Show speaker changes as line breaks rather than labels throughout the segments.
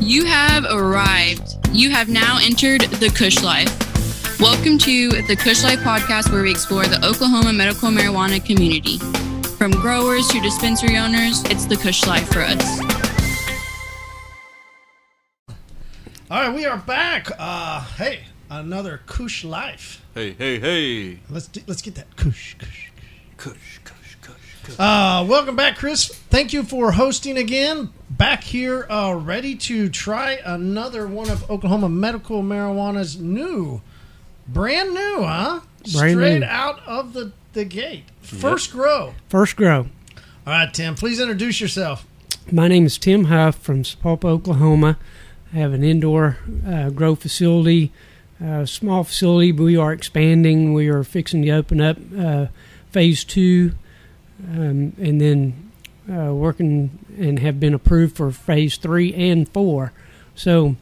You have arrived. You have now entered the Kush Life. Welcome to the Kush Life podcast, where we explore the Oklahoma medical marijuana community. From growers to dispensary owners, it's the Kush Life for us.
All right, we are back. Uh, hey, another Kush life.
Hey, hey, hey.
Let's do, let's get that Kush. Kush.
Kush, kush, kush, kush.
Uh, welcome back, Chris. Thank you for hosting again. Back here, uh, ready to try another one of Oklahoma medical marijuana's new, brand new, huh?
Brand
Straight
new.
out of the the gate, first grow.
First grow.
All right, Tim, please introduce yourself.
My name is Tim Huff from Sepulpa, Oklahoma. I have an indoor uh, grow facility, uh, small facility. but We are expanding. We are fixing to open up uh, phase two, um, and then uh, working and have been approved for phase three and four. So,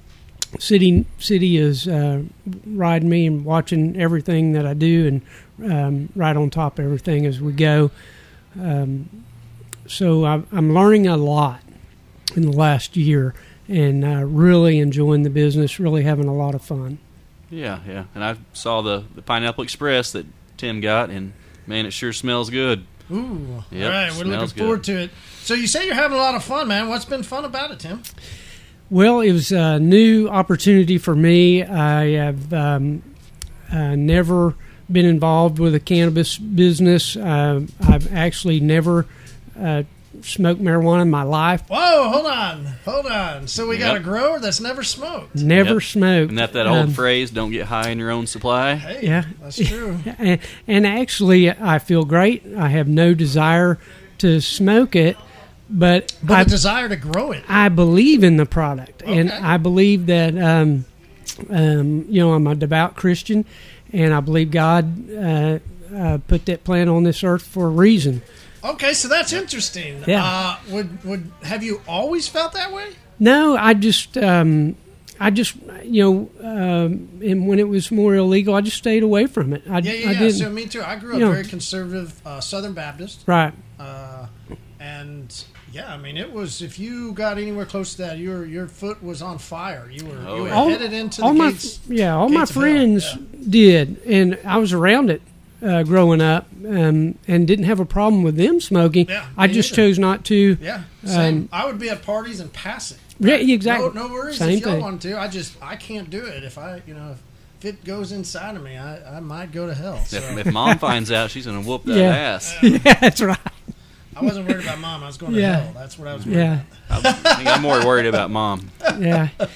city city is uh, riding me and watching everything that I do, and um, right on top of everything as we go. Um, so I'm, I'm learning a lot in the last year and uh, really enjoying the business, really having a lot of fun.
Yeah, yeah. And I saw the, the Pineapple Express that Tim got, and man, it sure smells good.
Ooh,
Yep,
all right, we're looking
smells good.
forward to it. So you say you're having a lot of fun, man. What's been fun about it, Tim?
Well, it was a new opportunity for me. I have um, uh, never been involved with a cannabis business. Uh, I've actually never uh, smoked marijuana in my life.
Whoa, hold on, hold on. So we got
Yep.
a grower that's never smoked.
Never
Yep.
smoked.
Isn't that that
Um,
old phrase, don't get high in your own supply?
Hey,
Yeah.
that's true.
and, and actually, I feel great. I have no desire to smoke it, but,
But
I,
a desire to grow it.
I believe in the product, and
Okay.
I believe that um, um, you know I'm a devout Christian, and I believe God uh, uh, put that plant on this earth for a reason.
Okay, so that's interesting.
Yeah.
Uh, would would have you always felt that way?
No, I just, um, I just, you know, um, and when it was more illegal, I just stayed away from it. I,
Yeah, yeah,
I
yeah.
didn't.
So me too. I grew up
Yeah.
very conservative uh, Southern Baptist,
right.
uh, and yeah, I mean it was if you got anywhere close to that, your your foot was on fire. You were, you
Oh,
were
yeah.
headed into
all
the
my
gates.
yeah all my
gates of hell,
friends did and i was around it uh, growing up um, and didn't have a problem with them smoking
Yeah,
i
me
just
neither.
chose not to
Yeah,
Um,
same. I would be at parties and pass it.
Yeah, exactly
No, no worries
same
if y'all
thing
want to. I just I can't do it. If I you know if it goes inside of me, I, I might go to hell. So
If, if mom finds out, she's going to whoop that
Yeah.
ass.
yeah that's right
I wasn't worried about mom. I was going to
Yeah.
hell. That's what I was. Worried.
yeah
I think I'm more worried about mom.
yeah Uh,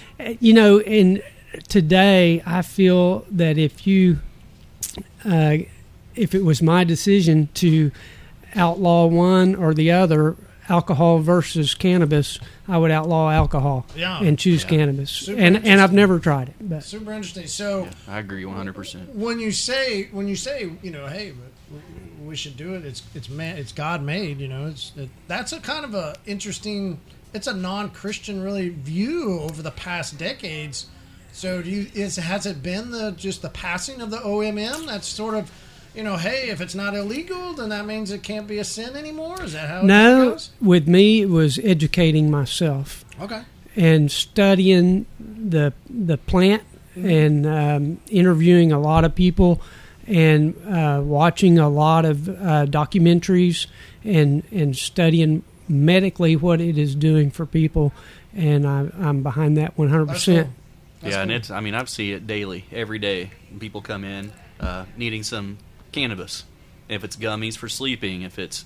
you know and today i feel that if you uh, if it was my decision to outlaw one or the other alcohol versus cannabis i would outlaw alcohol
Yeah.
and choose cannabis
Super
and and i've
interesting.
never tried it but
Super interesting. So
I agree 100%.
when you say when you say you know hey but we- we should do it it's it's man it's god made you know it's it, that's a kind of a interesting it's a non-christian really view over the past decades so do you is has it been the just the passing of the omm that's sort of you know hey if it's not illegal then that means it can't be a sin anymore is that how it
no
goes
with me it was educating myself
okay
and studying the the plant and um, interviewing a lot of people and uh, watching a lot of uh, documentaries and and studying medically what it is doing for people and I, I'm behind that 100
that's
percent
cool. That's
Yeah, and
cool.
it's, I mean, I see it daily, every day. People come in uh, needing some cannabis. If it's gummies for sleeping, if it's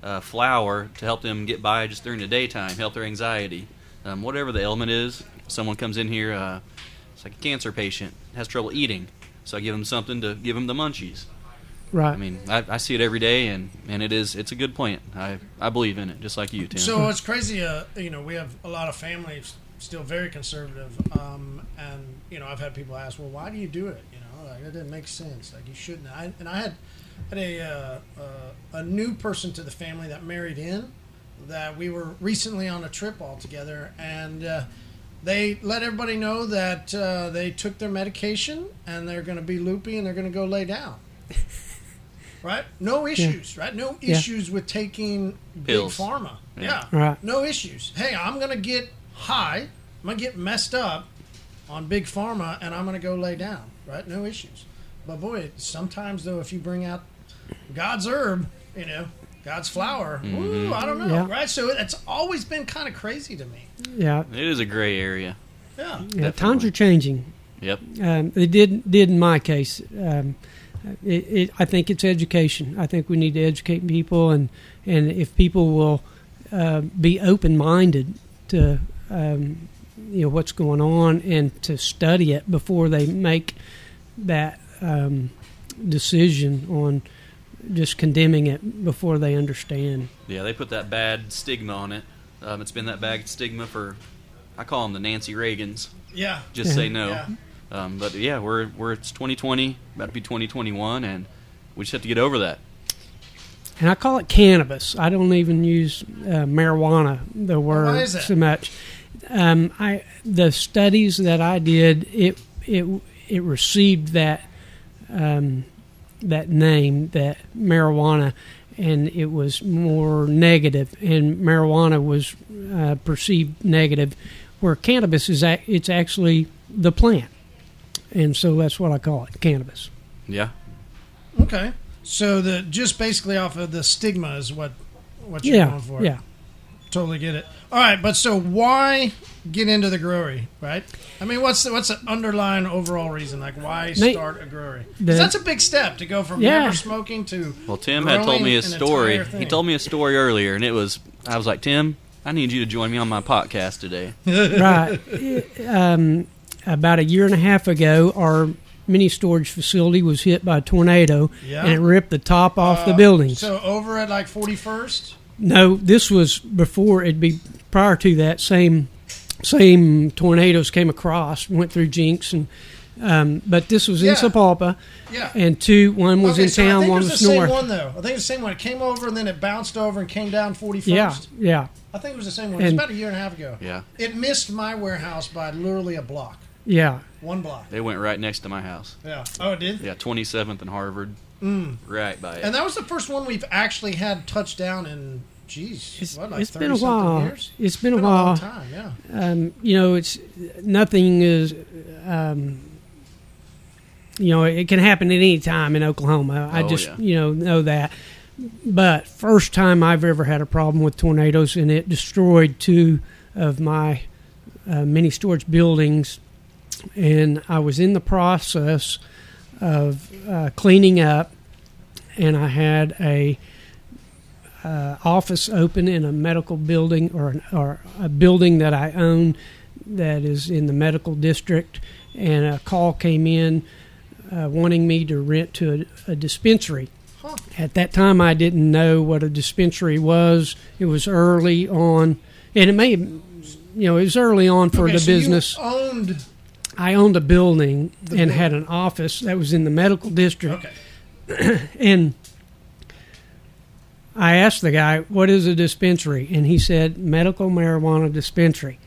uh, flour to help them get by just during the daytime, help their anxiety, um, whatever the ailment is. Someone comes in here, uh, it's like a cancer patient, has trouble eating. So I give them something to give them the munchies.
right
I mean, I, I see it every day, and, and it is it's a good plant. I, I believe in it, just like you, Tim.
So it's crazy. Uh, you know, we have a lot of families still very conservative, um, and you know, I've had people ask, "Well, why do you do it?" You know, like that didn't make sense. Like you shouldn't. I, and I had had a uh, uh, a new person to the family that married in that we were recently on a trip all together, and uh, they let everybody know that uh, they took their medication and they're going to be loopy and they're going to go lay down. Right? No issues, right? No
Yeah.
issues with taking
Pills.
big pharma.
Yeah.
Yeah.
Right.
No issues. Hey, I'm going to get high I'm gonna get messed up on big pharma, and I'm gonna go lay down. Right? No issues. But boy, sometimes though, if you bring out God's herb, you know, God's flower. Ooh, I don't know.
Yeah.
Right? So it's always been kind of crazy to me.
Yeah,
It is a gray area.
Yeah.
yeah times
Definitely.
are changing.
Yep.
Um, they did did in my case. Um, it, it, I think it's education. I think we need to educate people, and and if people will uh, be open minded to um, you know what's going on and to study it before they make that um, decision on just condemning it before they understand.
Yeah, they put that bad stigma on it. Um, it's been that bad stigma for, I call them the Nancy Reagans.
Yeah.
Just
Yeah.
say no.
Yeah.
Um, but yeah, we're we're it's 2020, about to be 2021, and we just have to get over that.
and I call it cannabis. I don't even use uh, marijuana the word
is that?
so much. Um, I the studies that I did it it it received that um, that name that marijuana, and it was more negative, and marijuana was uh, perceived negative, where cannabis is ac it's actually the plant, and so that's what I call it cannabis.
Yeah.
Okay. So the just basically off of the stigma is what what you're
Yeah,
going for.
yeah.
Totally get it. All right, but so why get into the growery, right? I mean, what's the, what's the underlying overall reason? Like, why
Nate,
start a growery? 'Cause
the-
that's a big step to go from
Yeah.
never smoking to.
Well, Tim had told
growing
me a
an
story.
entire thing.
He told me a story earlier, and it was I was like, Tim, I need you to join me on my podcast today.
right. It, Um, about a year and a half ago, our mini storage facility was hit by a tornado
Yeah.
and it ripped the top off the
Uh,
buildings.
So over at like 41st.
no, this was before it'd be prior to that same same tornadoes came across, went through Jinx and um, but this was
Yeah.
in Sapulpa
Yeah.
and two one was
Okay,
in
so I
town,
think it
one
was
was
the
north.
same one though. I think it's the same one. It came over and then it bounced over and came down 41st.
yeah, yeah,
I think it was the same one. It was
And-
about a year and a half ago.
Yeah.
It missed my warehouse by literally a block.
yeah.
One block.
They went right next to my house.
Yeah. Oh, it did?
Yeah, 27th and Harvard. Right by it.
Mm. And that was the first one we've actually had touch down in, geez,
It's-
what, like
it's
30
been a while.
Years?
It's been a
long
while.
time, yeah.
um, you know, it's nothing is, um, you know, it can happen at any time in Oklahoma. I
Oh,
just,
yeah.
you know, know that. But first time I've ever had a problem with tornadoes, and it destroyed two of my uh, mini storage buildings, and I was in the process of uh, cleaning up, and I had a uh, office open in a medical building or an, or a building that I own that is in the medical district, and a call came in uh, wanting me to rent to a, a dispensary.
Huh.
At that time, I didn't know what a dispensary was. It was early on, and it may, have- you know, it was early on for
Okay,
the
so you
business.
owned.
I owned a building and had an office that was in the medical district
Okay.
and I asked the guy, "What is a dispensary?" And he said, "Medical marijuana dispensary."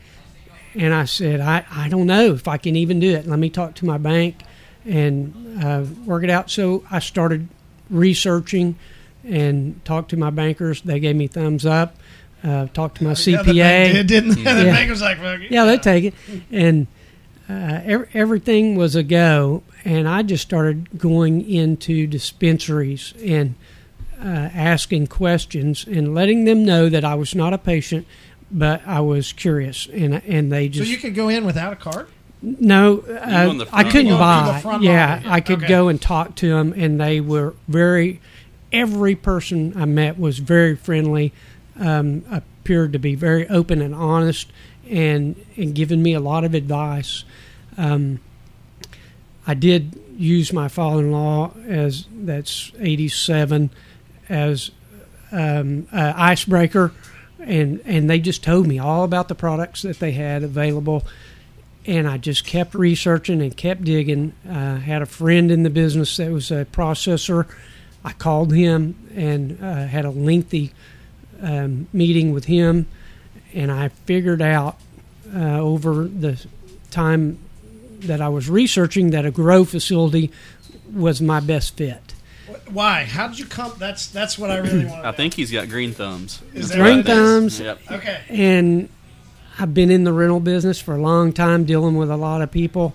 And I said, "I I don't know if I can even do it. Let me talk to my bank and uh, work it out." So I started researching and talked to my bankers. They gave me thumbs up. Uh, talked to my
Yeah, the
CPA.
bank did, didn't they? The
Yeah.
bank was like, fuck it.
Yeah, they take it, and uh, ev- everything was a go. And I just started going into dispensaries and uh, asking questions and letting them know that I was not a patient, but I was curious. And and they
So
just
you could go in without a card?
no,
on the
uh, I
front
line.
couldn't
You on the
buy.
front
yeah,
line.
I could
Okay.
go and talk to them, and they were very. Every person I met was very friendly, um, appeared to be very open and honest, and and giving me a lot of advice. Um, I did use my father-in-law as that's 87 as um, uh, icebreaker, and and they just told me all about the products that they had available, and I just kept researching and kept digging. Uh, had a friend in the business that was a processor. I called him and uh, had a lengthy um, meeting with him, and I figured out uh, over the time that I was researching that a grow facility was my best fit.
Wh- Why? How did you come? That's that's what I really want to
I think he's got green thumbs.
Is that
That's
what
what it
it
is? Green thumbs.
Yep.
Okay.
And I've been in the rental business for a long time, dealing with a lot of people,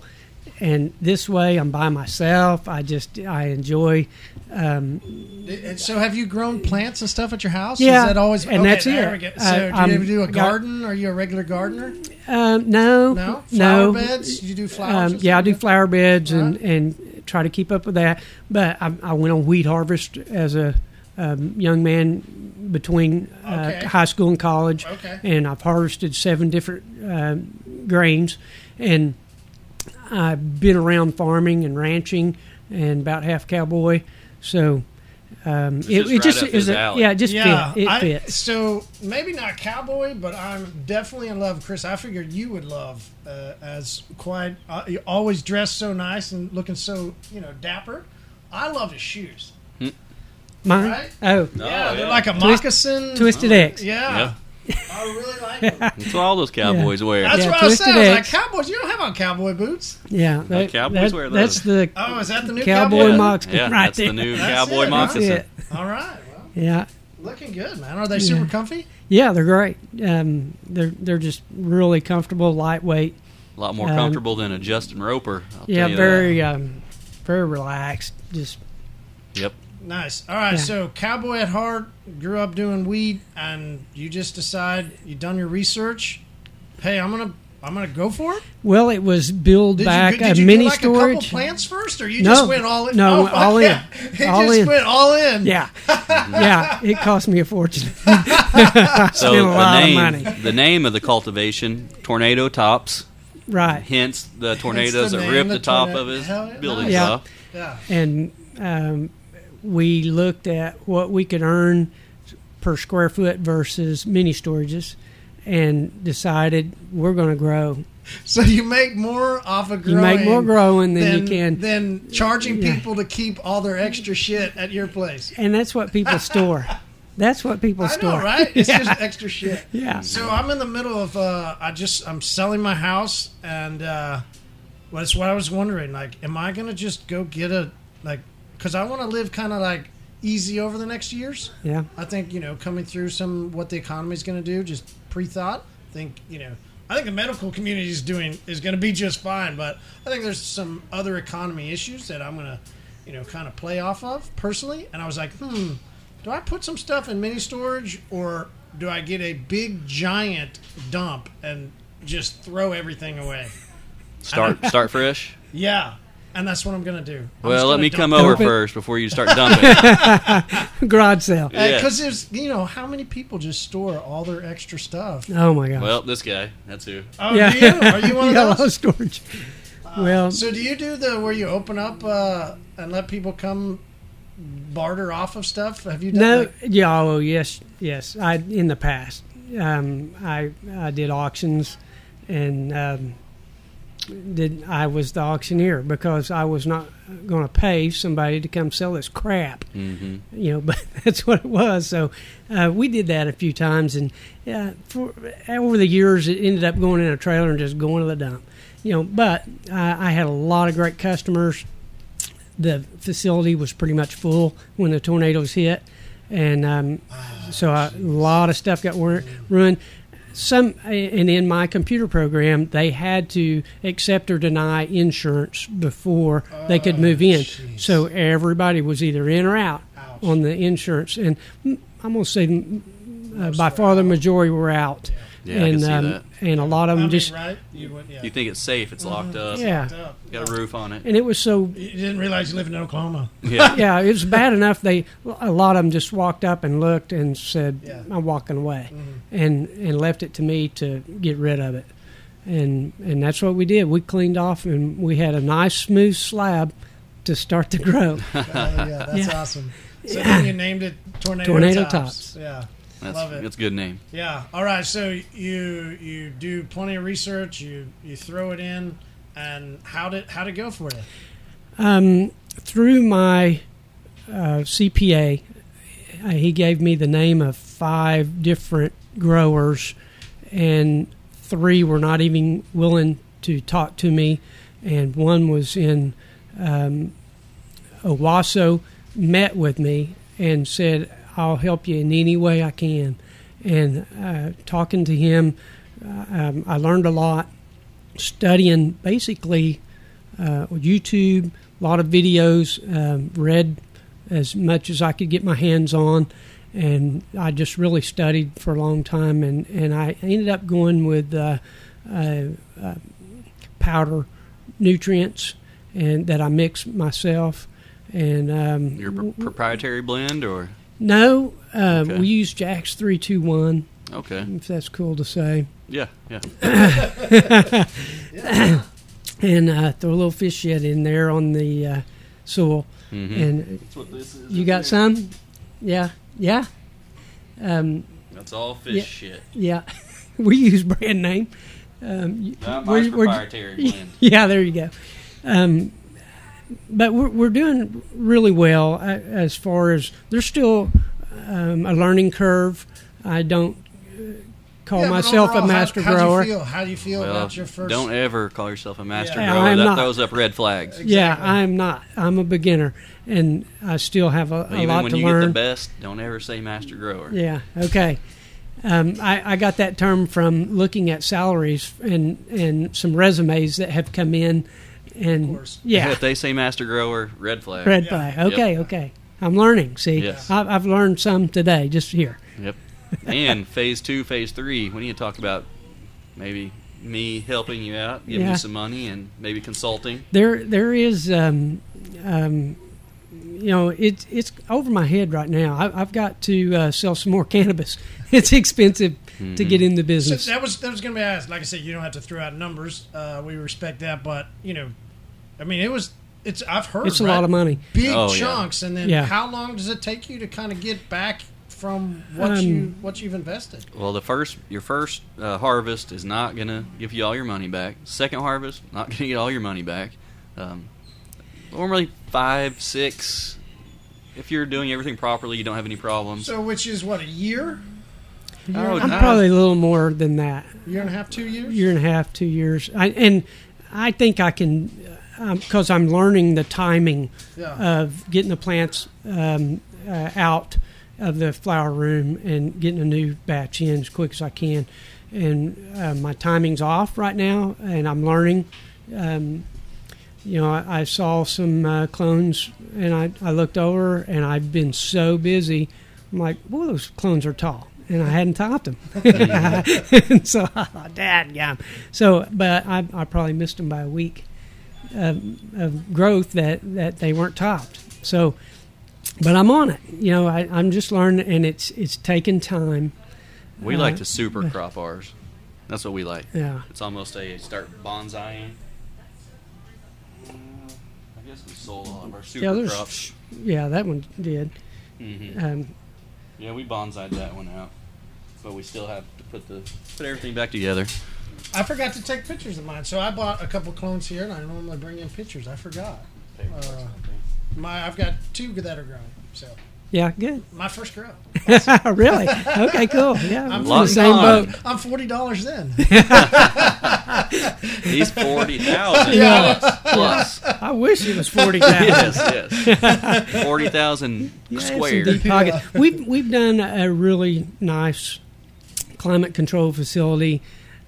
and this way I'm by myself. I just I enjoy. Um,
And so, have you grown plants and stuff at your house?
Yeah,
Is that always
and
okay,
that's
there
it.
we go.
Uh,
So, do
I'm-
you ever do a
got-
garden? Are you a regular gardener?
um, no,
No, flower
no.
beds. You do flowers?
Um,
and
yeah, I
stuff
do
like that?
flower beds and,
Alright.
and try to keep up with that. But I, I went on wheat harvest as a um, young man between uh,
Okay.
high school and college,
Okay.
and I've harvested seven different um grains, and I've been around farming and ranching and about half cowboy, so. Um, it,
just
it
right
just
up his
is a,
alley.
yeah, it just
Yeah,
fit. It
I-
fits.
So maybe not cowboy, but I'm definitely in love, Chris. I figured you would love uh, as quite uh, you always dressed so nice and looking so you know dapper. I love his shoes.
Mine.
right?
Oh,
yeah,
yeah.
they're like a
Twist-
moccasin.
twisted X.
Yeah, I really like them.
That's what all those cowboys wear.
That's
Yeah,
what I was saying. I was
Twisted
like,
X.
cowboys, you don't have on cowboy boots.
Yeah,
Oh,
that-
Cowboys
that-
wear those.
That's the
Oh, is that the new
Cowboy
cowboy?
yeah.
moccasin
yeah,
right
that's
there.
the new
That's
cowboy
it, right?
that's
moccasin.
it.
All right, well,
Yeah,
looking good, man. Are they super comfy?
yeah, they're great. Um, they're they're just really comfortable, lightweight.
A lot more
Um,
comfortable than a Justin Roper. I'll
Yeah,
tell you
very um, very relaxed. Just
That. Yep.
Nice. All right,
Yeah.
so cowboy at heart, grew up doing weed, and you just decide you done your research. Hey, I'm gonna I'm gonna go for it.
well, it was build
Did
back
you, did
a
you
mini
do like a couple
storage.
plants first, or you
No.
just went all in?
No,
oh, fuck
all in.
yeah. You
All
just
in.
went all in.
yeah, yeah, it cost me a fortune.
So
Spent a lot
the
of
name,
money.
the name of the cultivation, tornado tops.
right,
Hence the tornadoes that
name,
ripped
the
the, top
tornado-
of his
Hell yeah,
buildings
nice.
up.
yeah.
and um, we looked at what we could earn per square foot versus mini storages, and decided we're going to grow.
So you make more off of
You
growing.
make more growing than,
than
you can
than charging
Yeah.
people to keep all their extra shit at your place.
and that's what people store. That's what people
I
store,
know, right? It's
yeah.
just extra shit.
yeah.
So I'm in the middle of uh, I just I'm selling my house and uh, well, that's what I was wondering. Like, am I gonna just go get a like? Because I want to live kind of like easy over the next years.
yeah,
I think you know coming through some what the economy is gonna do, just pre-thought. I think you know. I think the medical community is doing is going to be just fine, but I think there's some other economy issues that I'm going to, you know, kind of play off of personally. And I was like, hmm, do I put some stuff in mini storage or do I get a big giant dump and just throw everything away?
Start start fresh.
Yeah, and that's what I'm going to do. I'm just
Well, let
gonna
me
dump
come
it.
over
Dump it.
first before you start dumping.
garage sale.
Yeah.
because there's you know how many people just store all their extra stuff.
Oh my gosh.
well, this guy. That's who.
Oh,
yeah,
do you? Are you one of
yeah, I
those? Uh,
love storage. well,
So do you do the where you open up uh, and let people come barter off of stuff? Have you done
no,
that?
yeah, oh yes, yes. I in the past, um, I I did auctions, and um, did I was the auctioneer because I was not going to pay somebody to come sell this crap.
Mm-hmm.
you know, but that's what it was. So uh, we did that a few times, and uh, for, over the years, it ended up going in a trailer and just going to the dump. You know, but uh, I had a lot of great customers. The facility was pretty much full when the tornadoes hit, and um, so I- a lot of stuff got ru- ruined. Some and in my computer program, they had to accept or deny insurance before they could move in.
Oh, jeez.
So everybody was either in or out
Ouch.
on the insurance, and mm, I'm gonna say mm, uh, by far the majority were out,
Yeah, I can
and
see
um,
that.
and a lot of
I mean,
them just
right? You went, yeah.
You think it's safe? It's locked
Uh,
up.
yeah,
Duh.
Got a roof on it.
and it was so
You didn't realize you live in Oklahoma. Oh,
Yeah.
yeah, it was bad enough. They a lot of them just walked up and looked and said,
Yeah.
"I'm walking away," and and left it to me to get rid of it, and and that's what we did. We cleaned off and we had a nice smooth slab to start to grow.
Oh, yeah, that's
Yeah.
awesome. So then you named it tornado,
Tornado
tops.
Tops.
Yeah,
That's,
love it.
that's a good name.
Yeah. All right. So you you do plenty of research. You you throw it in, and how did how did it go for you?
Um, through my uh, CPA, uh, he gave me the name of five different growers, and three were not even willing to talk to me, and one was in um, Owasso, met with me and said, "I'll help you in any way I can." And uh, talking to him, Uh, um, I learned a lot studying basically uh, YouTube, a lot of videos, um, read as much as I could get my hands on, and I just really studied for a long time. And, and I ended up going with uh, uh, uh, powder nutrients and that I mix myself. And um,
Your pr- proprietary blend, or
no, uh,
Okay.
we use Jack's three two one.
okay,
If that's cool to say.
yeah, yeah,
and uh, throw a little fish shit in there on the uh, soil.
mm-hmm.
And
that's what this is.
you got some? Yeah, yeah, um,
That's all fish
Yeah.
shit.
yeah. we use brand name. Um,
Not
Where's-
my
where'd you-
proprietary blend.
yeah, there you go. Um, but we're, we're doing really well a- as far as there's still um, a learning curve. I don't uh, call
Yeah, but
myself
overall,
a master
how, How
grower.
do you feel, how do you feel
Well,
about your first?
don't ever call yourself a master
Yeah,
grower.
I'm
That
not.
throws up red flags.
Yeah,
Exactly.
I'm not. I'm a beginner, and I still have a, a
Even
lot
when
to
you
learn.
get the best, don't ever say master grower.
Yeah. Okay. Um, I, I got that term from looking at salaries and and some resumes that have come in, and
course.
yeah,
If they say master grower, red flag.
red
Yeah.
flag.
Yep.
Okay. Okay. I'm learning. See,
Yes.
I've, I've learned some today just here.
Yep. and phase two, phase three, we need to talk about maybe me helping you out, giving
Yeah.
you some money, and maybe consulting.
There there is um, um, you know it's it's over my head right now. I, I've got to uh, sell some more cannabis. It's expensive to get in the
So
business.
that was that was going to be asked. Like I said, you don't have to throw out numbers. Uh, we respect that, but you know, I mean, it was. It's I've heard
It's a
right?
lot of money.
big
Oh, yeah.
chunks, and then
Yeah.
how long does it take you to kind of get back from what
Um,
you what you've invested?
Well, the first, your first uh, harvest is not gonna give you all your money back. Second harvest, not gonna get all your money back. Um, normally five, six. If you're doing everything properly, you don't have any problems.
So, which is what a year,
oh,
I'm
nice.
probably a little more than that.
year and a half, two years.
year and a half, two years. I, and I think I can, because I'm learning the timing
yeah.
of getting the plants um, uh, out of the flower room and getting a new batch in as quick as I can. And uh, my timing's off right now, and I'm learning. Um, you know, I, I saw some uh, clones, and I, I looked over, and I've been so busy. I'm like, well, those clones are tall, and I hadn't topped them. and so, dad, yeah. So, but I, I probably missed them by a week of growth that, that they weren't topped. So, but I'm on it. You know, I, I'm just learning, and it's it's taking time.
We like to super crop ours. That's what we like.
Yeah,
It's almost a start bonsaiing. Uh, I guess we sold all of our super
Yeah, there's-
crops.
yeah, that one did.
hmm
Um,
Yeah, we bonsaied that one out, but we still have to put the put everything back together.
I forgot to take pictures of mine, so I bought a couple clones here, and I normally bring in pictures. I forgot. Uh, my I've got two that are growing. So
yeah, good.
my first grow.
really? Okay, cool. Yeah,
I'm
we're in
long
the same
gone.
boat.
I'm forty dollars then.
He's forty thousand
Yeah.
plus. plus.
I wish it was forty thousand.
yes, yes. Forty thousand
Some
squared.
deep pockets. We've we've done a really nice climate control facility.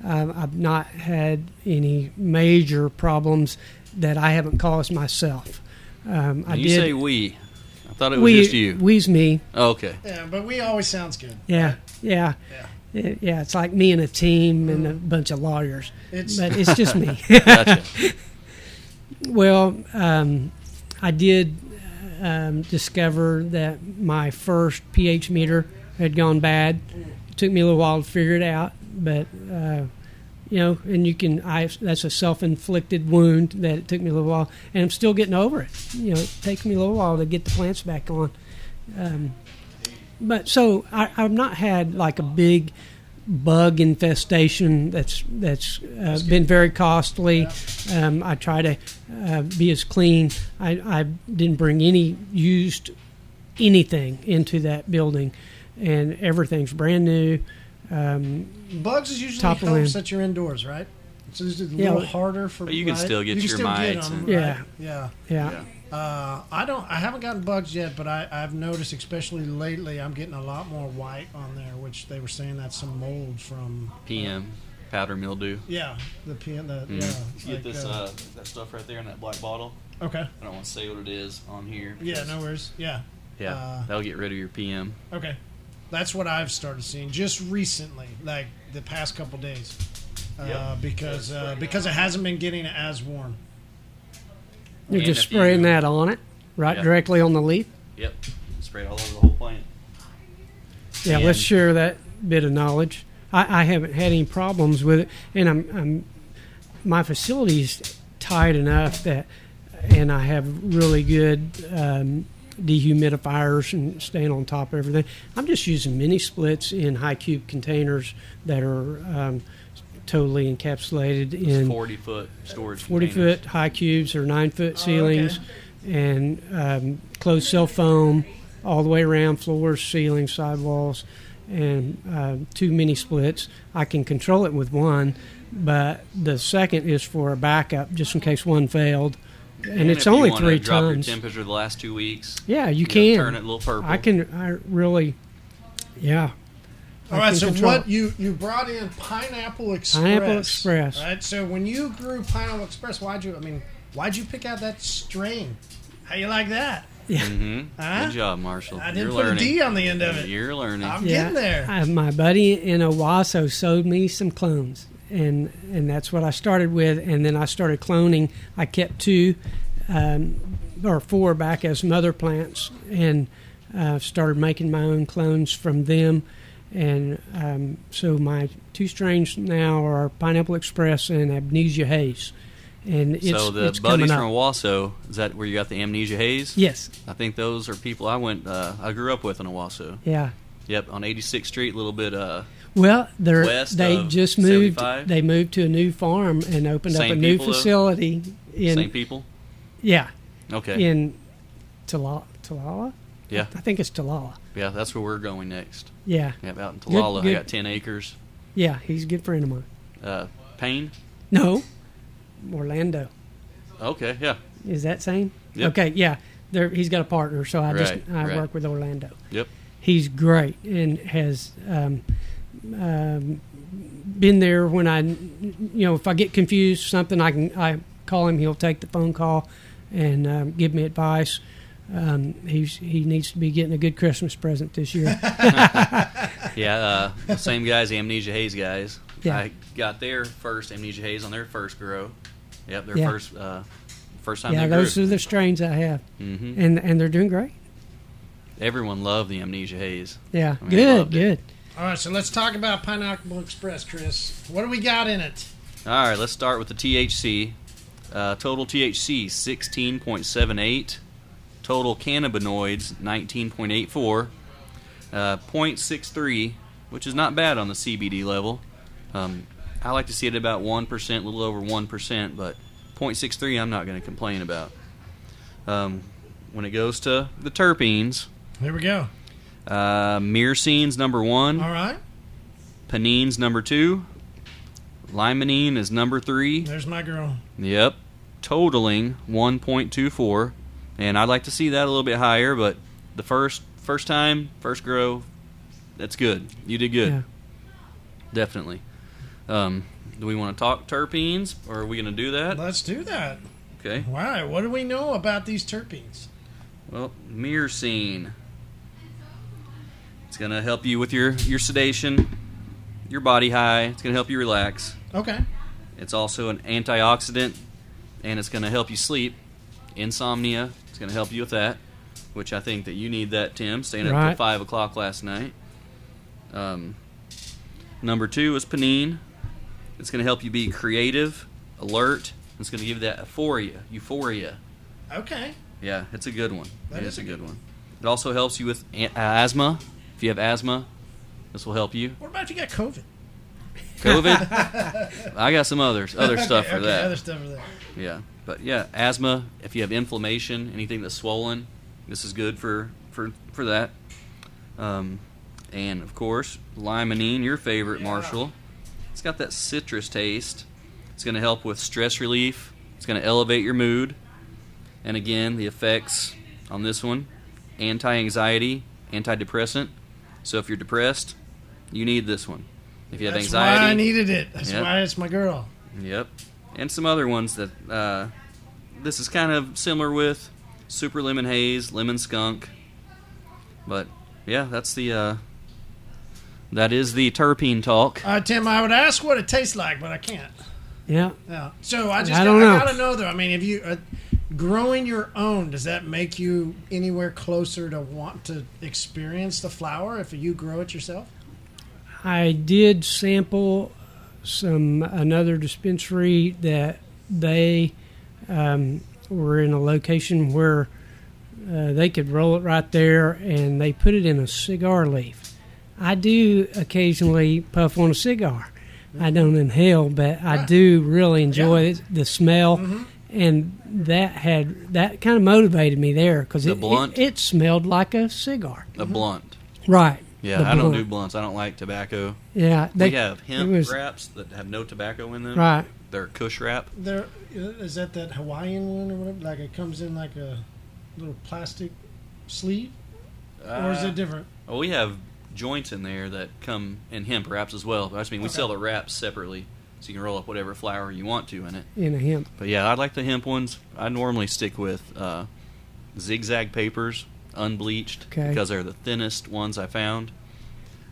Um, I've not had any major problems that I haven't caused myself. Um, I
you
did.
say we. I thought it was
we,
just you.
we's me.
oh, okay.
yeah, but we always sounds good.
Yeah, yeah,
Yeah.
yeah, yeah. It's like me and a team and a bunch of lawyers,
It's
but it's just me.
Gotcha.
Well, um, I did um, discover that my first pH meter had gone bad. It took me a little while to figure it out, but uh, you know, and you can. I that's a self-inflicted wound that it took me a little while, and I'm still getting over it. You know, it takes me a little while to get the plants back on. Um, but so I, I've not had like a big bug infestation that's that's, uh, been very costly. Um, I try to uh, be as clean. I, I didn't bring any used anything into that building, and everything's brand new. Um,
bugs is usually
Top of
helps
land.
that you're indoors, right? So it's a
Yeah,
little
well-
harder for.
But you can
right?
still get
You can
your
still get
mites
'em,
and-
right?
Yeah.
yeah.
yeah.
Yeah.
Uh, I don't. I haven't gotten bugs yet, but I, I've noticed, especially lately, I'm getting a lot more white on there, which they were saying that's some mold from
PM. powder mildew.
Yeah, the pin. The,
Mm.
Yeah.
You get
like,
this
uh,
uh, that stuff right there in that black bottle.
okay.
I don't want to say what it is on here.
Yeah.
because-
No worries. Yeah.
Yeah,
uh,
that'll get rid of your PM.
Okay. That's what I've started seeing just recently, like the past couple days, uh,
Yep.
because uh, because it hasn't been getting as warm.
You're
And
just
if you-
spraying that on it, right
Yeah.
directly on the leaf.
Yep, spray it all over the whole plant.
Yeah, let's
And-
share that bit of knowledge. I, I haven't had any problems with it, and I'm, I'm my facility's tight enough that, and I have really good um, dehumidifiers and staying on top of everything. I'm just using mini splits in high cube containers that are um, totally encapsulated in
Forty foot storage.
40
containers.
foot high cubes or 9
Oh,
foot ceilings and um, closed cell foam all the way around floors, ceilings, sidewalls, and uh, two mini splits. I can control it with one, but the second is for a backup just in case one failed. And, it's
if you
only
wanna
three
drop
times.
Your temperature the last two weeks.
Yeah, you
know,
can.
turn it a little purple.
I can, I really, yeah.
All right,
can
so
control
what
it.
you you brought in Pineapple Express.
Pineapple Express.
All right, so when you grew Pineapple Express, why'd you? I mean, why'd you pick out that strain? How you like that?
Mhm.
Huh?
Good job, Marshall.
I didn't
You're
put
learning.
a D on the end of it.
You're learning.
I'm getting there.
I- my buddy in Owasso sold me some clones, and and that's what I started with. And then I started cloning. I kept two um, or four back as mother plants, and uh, started making my own clones from them. And um, so my two strains now are Pineapple Express and Amnesia Haze. And it's,
so the
it's coming
buddies
up.
from Owasso, is that where you got the amnesia haze?
yes,
I think those are people I went, uh, I grew up with in Owasso.
yeah.
Yep, on 86th Street, a little bit. Uh,
Well, they're,
West
they
of
just moved.
75?
They moved to a new farm and opened up
Same
a new
people, though?
facility in
same people.
yeah
Okay.
in Tala Talala.
yeah,
I think it's Talala.
yeah, that's where we're going next.
Yeah,
Yep, out in Talala,
good.
I got 10 acres.
yeah. He's a good friend of mine.
Uh, Payne?
No, Orlando.
Okay, yeah,
Is that same?
Yep.
Okay, yeah. There, he's got a partner, so I just
Right,
I
right.
work with Orlando.
yep.
He's great and has um, um, been there when I, you know, if I get confused or something, I can I call him. He'll take the phone call and um, give me advice. Um, he's he needs to be getting a good Christmas present this year.
Yeah, uh, same guys, the Amnesia Haze guys.
Yeah.
I got their first Amnesia Haze on their first grow. Yep, their
Yeah.
first uh, first time
yeah,
they
those
grew.
are the strains I have,
hmm
and and they're doing great.
Everyone loved the Amnesia Haze.
Yeah,
I mean, I
good,
loved it.
good.
All right, so let's talk about Pineapple Express, Chris. What do we got in it?
All right, let's start with the THC. Uh, total THC 16.78. Total cannabinoids 19.84. Uh, 0.63, which is not bad on the CBD level. Um, I like to see it about 1%, a little over 1%, but 0.63 I'm not going to complain about. Um, when it goes to the terpenes,
Here we go.
uh, myrcene's number one.
All right,
Panine's number two. Limonene is number three.
there's my girl.
Yep. Totaling 1.24. And I'd like to see that a little bit higher, but the first first time, first grow, that's good. You did good.
Yeah.
Definitely. Um, do we want to talk terpenes, or are we going to do that?
Let's do that.
Okay.
Wow, what do we know about these terpenes?
Well, myrcene. It's going to help you with your, your sedation, your body high. It's going to help you relax.
Okay.
It's also an antioxidant, and it's going to help you sleep. Insomnia, it's going to help you with that, which I think that you need that, Tim, staying up till
Right.
5 o'clock last night. Um, number two is Panine. It's going to help you be creative, alert. It's going to give you that euphoria. Euphoria.
Okay.
Yeah, it's a good one.
That
it
is
is
a
a
good
good one. It also helps you with a- uh, asthma. If you have asthma, this will help you.
What about if you got COVID?
COVID, I got some others, other stuff for
okay,
that.
Other stuff for that.
Yeah, but yeah, asthma. If you have inflammation, anything that's swollen, this is good for for for that. Um, and of course, limonene, your favorite,
Yeah.
Marshall. It's got that citrus taste. It's going to help with stress relief. It's going to elevate your mood. And again, the effects on this one: anti-anxiety, antidepressant. So if you're depressed, you need this one. if you have
That's
anxiety.
why I needed it. That's
Yep.
why it's my girl.
Yep. And some other ones that uh, this is kind of similar with Super Lemon Haze, Lemon Skunk. But yeah, that's the uh, that is the terpene talk.
Uh, Tim, I would ask what it tastes like, but I can't.
Yeah.
Yeah. So I just
I
I,
don't know.
gotta know though. I mean, if you uh, growing your own, does that make you anywhere closer to want to experience the flower if you grow it yourself?
I did sample some another dispensary that they um, were in a location where uh, they could roll it right there, and they put it in a cigar leaf. I do occasionally puff on a cigar. I don't inhale, but I do really enjoy it, the smell, and that had that kind of motivated me there because
The
it,
blunt?
it it smelled like a cigar.
A blunt.
Right.
Yeah,
Mm-hmm. the
I don't
blunt.
do blunts. I don't like tobacco.
Yeah,
They,
they
we have
it
hemp
was-
wraps that have no tobacco in them.
right.
They're Kush wrap.
There uh, is that that Hawaiian one or whatever. Like it comes in like a little plastic sleeve, or is
Uh,
it different?
Well, we have joints in there that come in hemp wraps as well. But I just mean we sell the wraps separately, so you can roll up whatever flower you want to in it.
in a hemp.
But yeah, I like the hemp ones. I normally stick with uh, zigzag papers, unbleached,
Okay.
because they're the thinnest ones I found.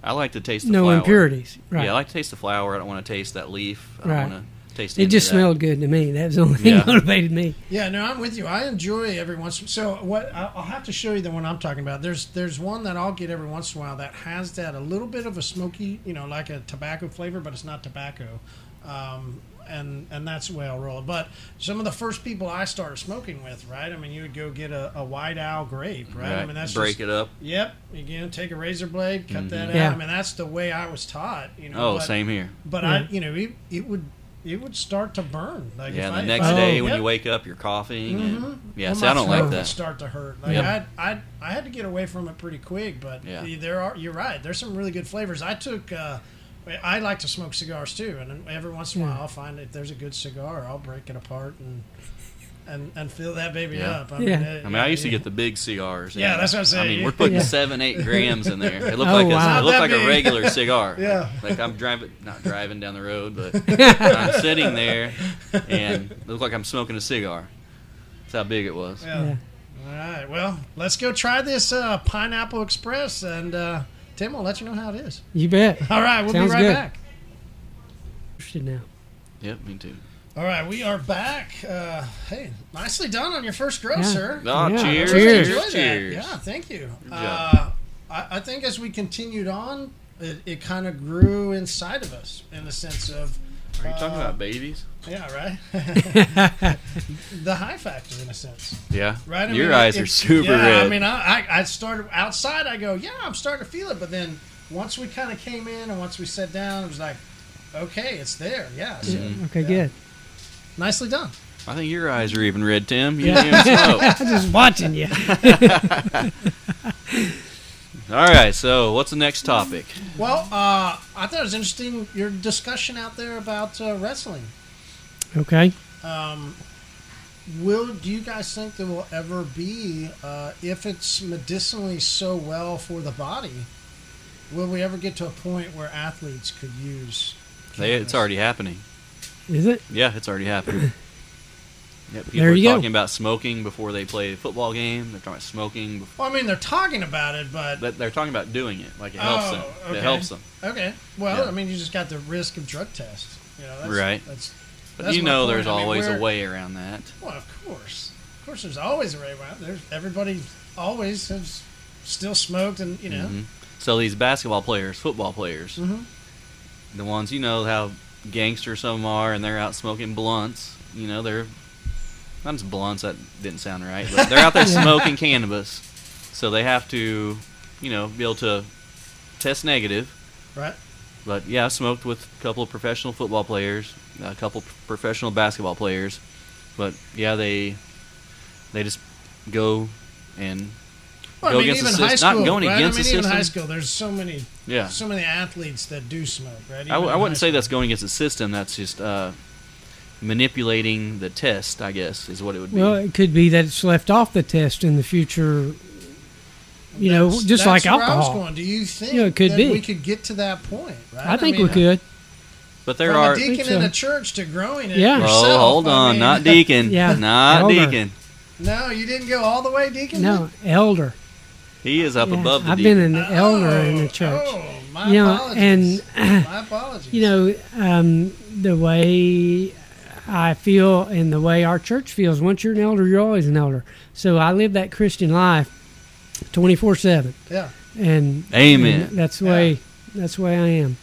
I like to taste the
No
flower.
impurities. Right.
Yeah, I like to taste the flower. I don't want to taste that leaf. I
Right.
don't want to taste.
it
any
just
of that.
smelled good to me. That was the only thing
Yeah.
that motivated me.
Yeah, no, I'm with you. I enjoy every once. So what I- I'll have to show you the one I'm talking about. There's there's one that I'll get every once in a while that has that a little bit of a smoky, you know, like a tobacco flavor, but it's not tobacco. Um, and and that's the way I'll roll it. But some of the first people I started smoking with, right? I mean, you would go get a, a white owl grape, right?
Right.
I mean, that's
break
just,
it up. Mm-hmm.
Yep, again, take a razor blade, cut that out.
Yeah.
I mean, that's the way I was taught. You know.
Oh,
but,
same here.
But I, you know, it, it would it would start to burn. Like
Yeah,
if I, Oh, Mm-hmm.
and the
if
next
I-
day when
Yep.
you wake up, you're coughing. And, yeah,
Oh,
Well,
see, I
my
don't like
throat would
that.
Start to hurt. Like
Yeah.
I, I, I had to get away from it pretty quick. But
Yeah.
the- there are. You're right. There's some really good flavors. I took. Uh, I like to smoke cigars too, and every once in
Hmm.
a while I'll find if there's a good cigar, I'll break it apart and and and fill that baby
Yeah.
up.
Yeah.
I mean, I used to get the big cigars.
Yeah,
and,
that's what I'm
I mean,
saying.
we're putting
Yeah.
seven, eight grams in there. It looked
Oh,
like
wow.
a, it looked
Not
like
that
a
big.
regular cigar.
Yeah.
like I'm driving, not driving down the road, but I'm sitting there, and it looked like I'm smoking a cigar. That's how big it was.
Yeah.
Yeah.
All right. Well, let's go try this uh, pineapple express, and uh, Tim will let you know how it is.
You bet.
All right, we'll
Sounds
be right
good.
back.
Interested now.
Yep, me too.
All right, we are back. Uh, hey, nicely done on your first grow,
Yeah.
sir.
Oh,
Yeah.
cheers!
Cheers.
Enjoy
Cheers!
that. Yeah, thank you. Uh,
job.
I, I think as we continued on, it, it kind of grew inside of us in the sense of,
Are you talking
Uh,
about babies?
yeah, right? the high factor in a sense,
Yeah.
right? I
Your
mean,
eyes
it-
are super
yeah,
red.
I mean, I, I, I started outside, I go, yeah, I'm starting to feel it. But then once we kind of came in and once we sat down, it was like, okay, it's there. Yeah. So,
Mm-hmm.
Okay,
yeah.
good.
Nicely done.
I think your eyes are even red, Tim. You didn't even smoke.
I'm just watching you.
All right. So, what's the next topic?
Well, uh, I thought it was interesting your discussion out there about uh, wrestling.
Okay.
Will do you guys think there will ever be, uh, if it's medicinally so well for the body, will we ever get to a point where athletes could use?
They, it's already happening.
Is it?
Yeah, it's already happening. Yeah, people
There
are
you go.
talking about smoking before they play a football game. They're talking about smoking. Before,
Well, I mean, they're talking about it, but
but they're talking about doing it. Like it helps
Oh,
them.
okay.
It helps them.
okay. Well,
Yeah.
I mean, you just got the risk of drug tests. You know, that's,
Right.
That's,
But
that's
you
my
know,
point.
there's
I mean,
always a
we're-
way around that.
Well, of course, of course, there's always a way around. There's everybody always has still smoked, and you know,
Mhm. So these basketball players, football players,
Mm-hmm.
the ones you know how gangster some are, and they're out smoking blunts. You know, they're not just blunts. That didn't sound right. But they're out there smoking cannabis, so they have to, you know, be able to test negative.
right?
But yeah, I smoked with a couple of professional football players, a couple of professional basketball players. But yeah, they they just go and
Well,
go
I mean,
against the
even
system.
high school,
not going
right?
against
I mean,
the
even
system.
high school, there's so many,
Yeah.
so many athletes that do smoke, right?
I,
Even
I
in
wouldn't
high
say
school.
that's going against the system. That's just uh, manipulating the test. I guess is what it would be.
Well, it could be that it's left off the test in the future You know,
That's-
just
that's
like
where I was
alcohol.
going. Do you think
Yeah, it could
that
be.
we could get to that point? Right?
I think
mean, uh,
we could.
But there
from
are.
a
I
deacon
think so.
in a church to growing it.
Yeah.
Oh,
Yourself,
hold
I
on,
mean-
not deacon.
Yeah.
not
Elder.
deacon.
No, you didn't go all the way, deacon.
No, elder.
He is up
Yeah,
above the
I've
deacon.
been an elder in
Oh,
the church.
Oh, my
You know,
apologies.
and-
my apologies.
You know, um, the way I feel and the way our church feels, once you're an elder, you're always an elder. So I live that Christian life 24 7.
yeah,
And
Amen.
and that's the way. That's the way I am.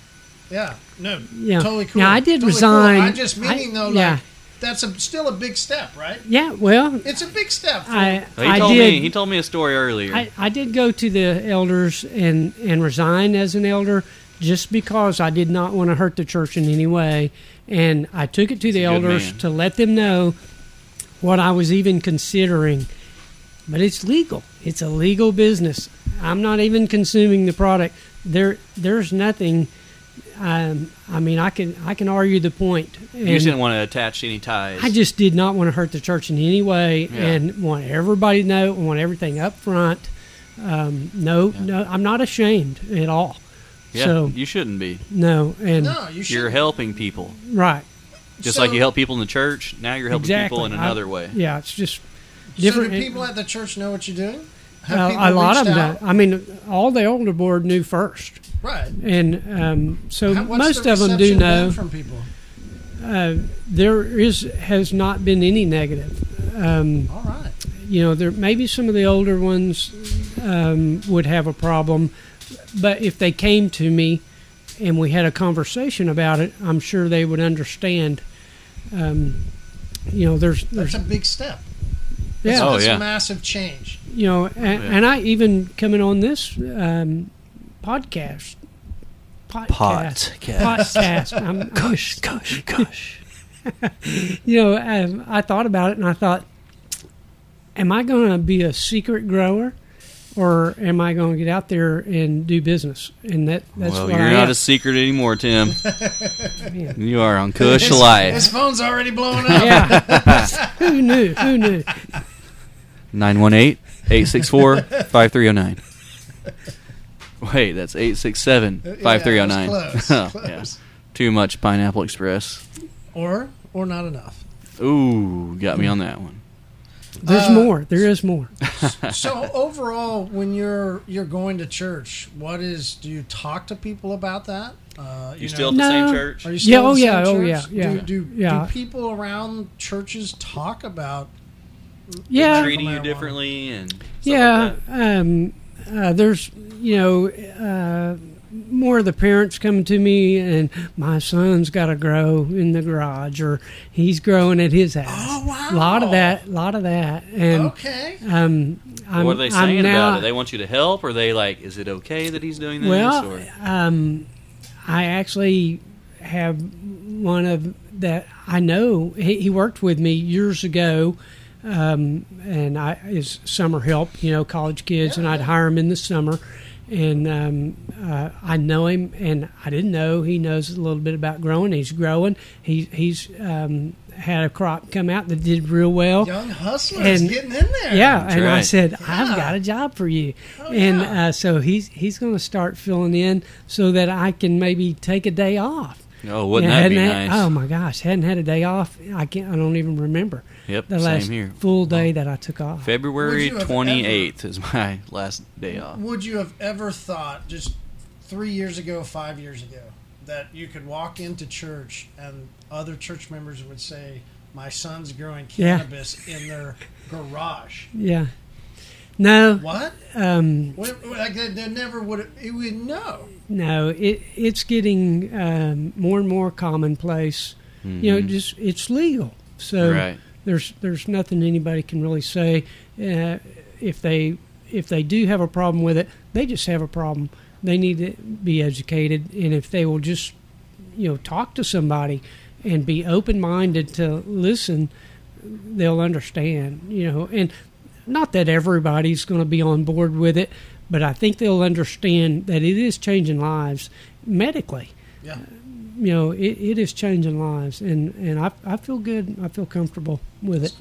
yeah, no,
Yeah.
totally cool.
Now, I did
Totally
resign.
Cool. I just meaning
I-
though,
yeah.
like that's a, still a big step, right?
Yeah, well,
It's a big step. for-
I
He
I
told
did
me. He told me a story earlier.
I, I did go to the elders and, and resign as an elder just because I did not want to hurt the church in any way. And I took it to the
a good
elders
man.
to let them know what I was even considering. But it's legal. It's a legal business. I'm not even consuming the product. There there's nothing um, I mean I can I can argue the point.
you just
And-
didn't want to attach any ties.
I just did not want to hurt the church in any way,
Yeah.
and want everybody to know. I want everything up front. Um, no, no, I'm not ashamed at all.
yeah,
So
you shouldn't be.
no, and
no, you should.
You're helping people,
right,
just
So-
like you help people in the church. Now you're helping
exactly.
people in
I-
another way.
Yeah, it's just
so do
different.
people at the church know what you're doing?
Uh,
Have people
a lot of
reached
them.
out?
don't. I mean, all the older board knew first,
right?
and um, so
How- what's
most
the
of them do
reception been
know.
from people.
Uh, there is has not been any negative. Um,
All right.
you know, there maybe some of the older ones um, would have a problem, but if they came to me and we had a conversation about it, I'm sure they would understand. Um, you know, there's,
That's
there's,
a big step.
yeah,
Oh,
That's
yeah.
a massive change.
you know, and,
Yeah.
and I even coming on this um, podcast, podcast, podcast. I'm, gosh, gosh, gosh. you know, um, I thought about it and I thought, am I going to be a secret grower, or am I going to get out there and do business? And that that's
well,
what
you're
I
not
am.
a secret anymore, Tim.
Man.
you are on Cush
His-
Life.
His phone's already blowing up.
yeah. Who knew? Who knew?
918-864-5309. Wait, that's 867
Uh,
Yeah, it
5309.
was close, close.
Too much Pineapple Express.
Or or not enough.
Ooh, got me on that one.
There's
Uh,
more. There is more.
So overall, when you're you're going to church, what is? Do you talk to people about that? Uh, you, know,
still at the
No.
same church?
Are you still
Yeah,
in
oh,
the same
yeah, oh,
church?
yeah, yeah.
Do, do,
Yeah.
do people around churches talk about?
Yeah.
Treating you
Marijuana.
differently and stuff
yeah
like that?
um, uh, there's you know uh, more of the parents coming to me and my son's got to grow in the garage or he's growing at his house
Oh, wow.
a lot of that a lot of that and
Okay,
um, I'm,
what are they
I'm
saying
now,
about it? They want you to help, or they like, is it okay that he's doing this?
well
or?
um, i actually have one of that i know he, he worked with me years ago um, and i is summer help you know college kids and i'd hire him in the summer and um, uh, I know him, and I didn't know he knows a little bit about growing. He's growing. He, he's um, had a crop come out that did real well.
young hustlers
and-
getting in there.
Yeah,
That's
and I
right. Oh,
said, I've got a job for you, and uh, so he's he's going to start filling in so that I can maybe take a day off.
oh, wouldn't
Yeah,
that be
hadn't had-
nice?
Oh my gosh, hadn't had a day off. I can't. I don't even remember
yep,
the
same
last
here.
full day that I took off.
February
Would you have
28th is my last day off.
Would you have ever thought just three years ago, five years ago, that you could walk into church and other church members would say, "My son's growing
Yeah.
cannabis in their garage"?
Yeah. No,
What?
um,
What- Like they, they never would. It would know.
no. It it's getting um, more and more commonplace. You know, just it's legal. So
Right.
there's there's nothing anybody can really say uh, if they if they do have a problem with it they just have a problem they need to be educated and if they will just you know talk to somebody and be open minded to listen they'll understand you know and not that everybody's going to be on board with it but i think they'll understand that it is changing lives medically
Yeah.
you know it, it is changing lives and and I, I feel good i feel comfortable with it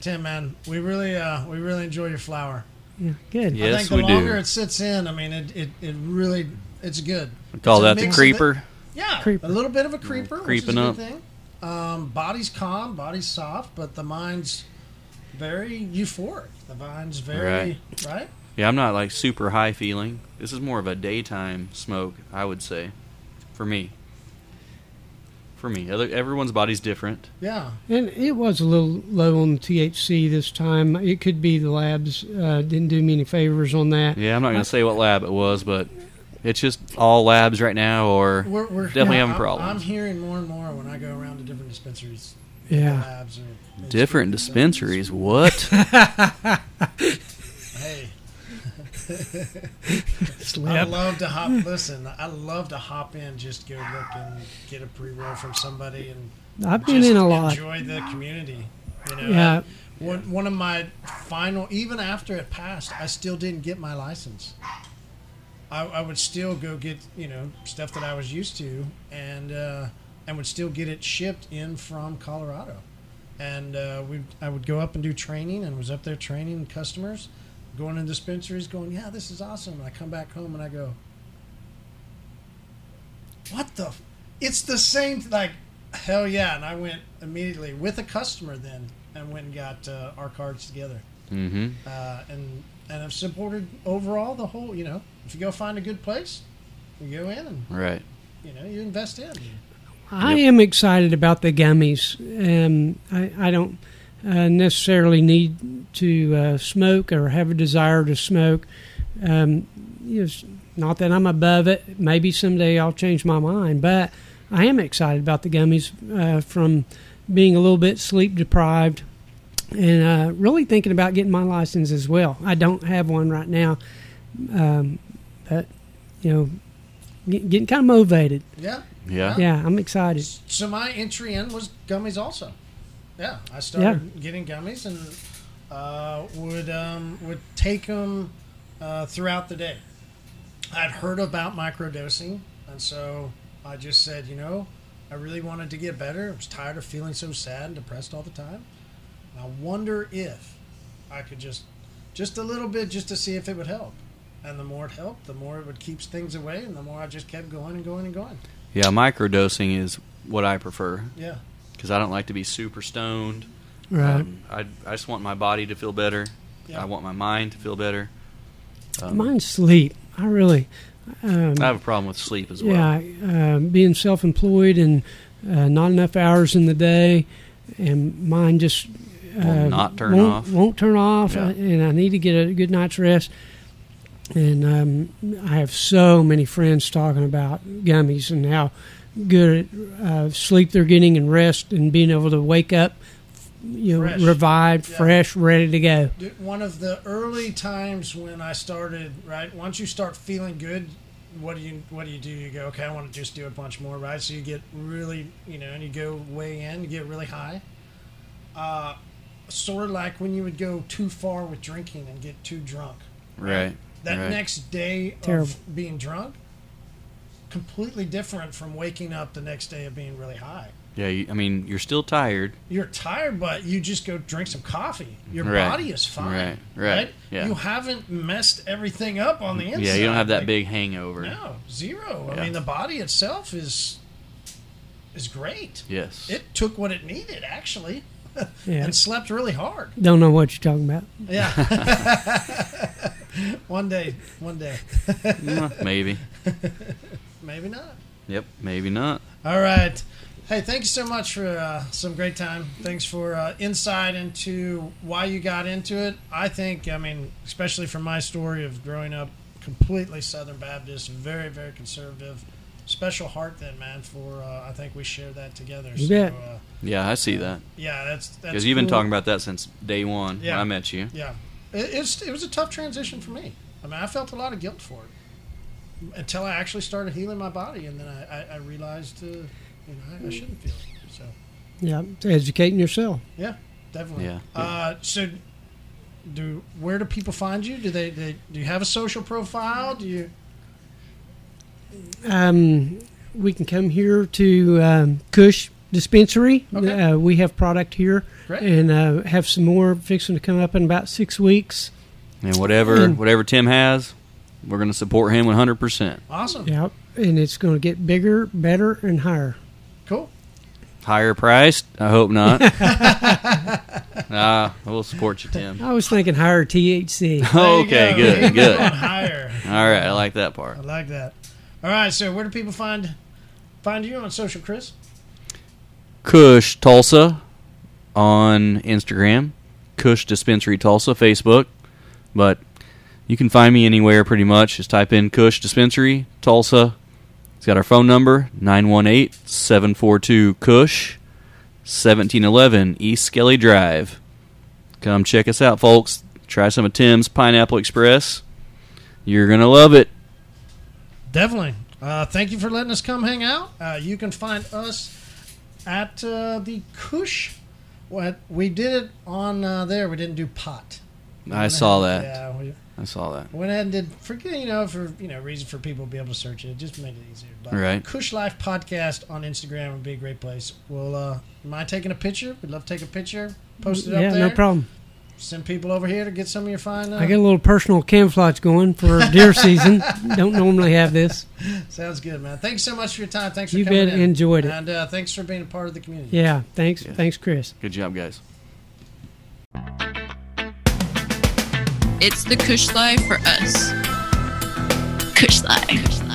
Tim, man, we really, uh, we really enjoy your flower.
Yeah, good.
Yeah. Yes,
I think the
we do.
longer it sits in, I mean, it, it, it really it's good.
We call
It's a
that the
mix of it.
creeper.
Yeah,
Creeper.
a little bit of a creeper, which is
Creeping
a good
up.
thing. Um, body's calm, body's soft, but the mind's very euphoric. The mind's very right.
Yeah, I'm not like super high feeling. This is more of a daytime smoke, I would say, for me. For me, Other, everyone's body's different.
Yeah,
And it was a little low on THC this time. It could be the labs uh, didn't do me any favors on that.
Yeah, I'm not gonna say what lab it was, but it's just all labs right now, or
we're, we're
definitely
yeah,
having
I'm-
problems.
I'm, hearing more and more when I go around to different dispensaries.
Yeah.
labs or
different dispensaries. What?
Hey, I
Slip.
love to hop. Listen, I love to hop in, just go look and get a pre roll from somebody, and
I've been
just
in a lot.
enjoy the community. You know,
Yeah.
One, one of my final, even after it passed, I still didn't get my license. I, I would still go get you know stuff that I was used to, and uh, and would still get it shipped in from Colorado. And uh, we, I would go up and do training, and was up there training customers, going to dispensaries, going, yeah, this is awesome. And I come back home and I go, what the? F-? It's the same. Like Hell yeah! And I went immediately with a customer then, and went and got uh, our cards together,
mm-hmm.
uh, and and I've supported overall the whole. You know, if you go find a good place, you go in and
Right.
you know you invest in.
I am excited about the gummies. Um, I, I don't uh, necessarily need to uh, smoke or have a desire to smoke. Um, you know, it's not that I'm above it. Maybe someday I'll change my mind, but I am excited about the gummies uh, from being a little bit sleep deprived and uh, really thinking about getting my license as well. I don't have one right now, um, but you know, get, getting kind of motivated.
Yeah.
Yeah.
Yeah, I'm excited.
So my entry in was gummies also. Yeah, I started getting gummies and uh, would um, would take them uh, throughout the day. I'd heard about microdosing, and so I just said, you know, I really wanted to get better. I was tired of feeling so sad and depressed all the time. And I wonder if I could just just a little bit just to see if it would help. And the more it helped, the more it would keep things away, and the more I just kept going and going and going.
Yeah. Microdosing is what I prefer
Yeah.
because I don't like to be super stoned.
Right.
Um, I I just want my body to feel better.
Yeah.
I want my mind to feel better. Um,
Mine's sleep. I really, um,
I have a problem with sleep as well.
yeah, uh, being self-employed and uh, not enough hours in the day, and mine just uh,
Will not turn
won't,
off.
Won't turn off,
Yeah.
uh, and I need to get a good night's rest. And um, I have so many friends talking about gummies and how good uh, sleep they're getting and rest and being able to wake up, you know,
Fresh.
revived,
Yeah.
fresh, ready to go.
Dude, one of the early times when I started, right? Once you start feeling good, what do you what do you do? You go, okay, I want to just do a bunch more, right? So you get really, you know, and you go way in, you get really high. Uh, sort of like when you would go too far with drinking and get too drunk.
Right.
That
right.
next day
Terrible.
of being drunk, completely different from waking up the next day of being really high.
Yeah. You, I mean, you're still tired.
you're tired, but you just go drink some coffee. Your
Right.
body is fine.
Right, right, yeah.
You haven't messed everything up on the inside.
Yeah. You don't have that
Like,
big hangover.
No, zero.
Yeah.
I mean, the body itself is is great.
Yes.
It took what it needed actually,
Yeah.
and slept really hard.
Don't know what you're talking about.
Yeah. one day, one day,
Mm, maybe.
maybe not.
Yep. Maybe not.
All right. Hey, thank you so much for uh, some great time. Thanks for uh, insight into why you got into it. I think, I mean, especially from my story of growing up completely Southern Baptist, very, very conservative. Special heart, then, man. For uh, I think we share that together.
You
so,
bet.
Uh,
Yeah. I see that
yeah, that's that's
because you've been
cool.
talking about that since day one
Yeah.
when I met you.
Yeah, it, it's it was a tough transition for me. I mean, I felt a lot of guilt for it until I actually started healing my body, and then I, I, I realized, uh, you know, I, I shouldn't feel it. So.
Yeah, educating yourself.
Yeah, definitely.
Yeah.
Uh, so, do where do people find you? Do they, they do you have a social profile? Do you?
Um, we can come here to um, Cush Dispensary.
Okay.
Uh, we have product here,
Great.
and uh, have some more fixing to come up in about six weeks.
And whatever whatever Tim has, we're going to support him 100%.
Awesome.
Yep. And it's going to get bigger, better, and higher.
Cool.
Higher priced? I hope not. nah, we'll support you, Tim.
I was thinking higher THC.
There you
okay,
go.
good,
You're
good.
going
All
higher.
right, I like that part.
I like that. All right. So where do people find find you on social, Chris?
Kush Tulsa on Instagram, Kush Dispensary Tulsa Facebook, but you can find me anywhere pretty much. Just type in Kush Dispensary Tulsa. It's got our phone number 918-742-KUSH 1711 East Skelly Drive. Come check us out, folks. Try some of Tim's Pineapple Express. You're going to love it.
Definitely. Uh, thank you for letting us come hang out. Uh, you can find us at uh, the Kush. What we did it on uh, there. We didn't do pot.
I saw that.
Yeah, we
I saw that.
went ahead and did forget you know for you know reason for people to be able to search it. Just make it easier. But
Right.
Kush Life Podcast on Instagram would be a great place. We'll uh, mind taking a picture. We'd love to take a picture. Post it
yeah,
up there.
no problem.
Send people over here to get some of your fine. Uh,
I got a little personal camouflage going for deer season. Don't normally have this.
uh, Sounds good, man. Thanks so much for your time. Thanks for
You
coming
bet.
in.
Enjoyed it.
And uh, thanks for being a part of the community.
Yeah, thanks,
Yeah.
thanks, Chris.
Good job, guys.
It's the Kush Life for us. Kush Life.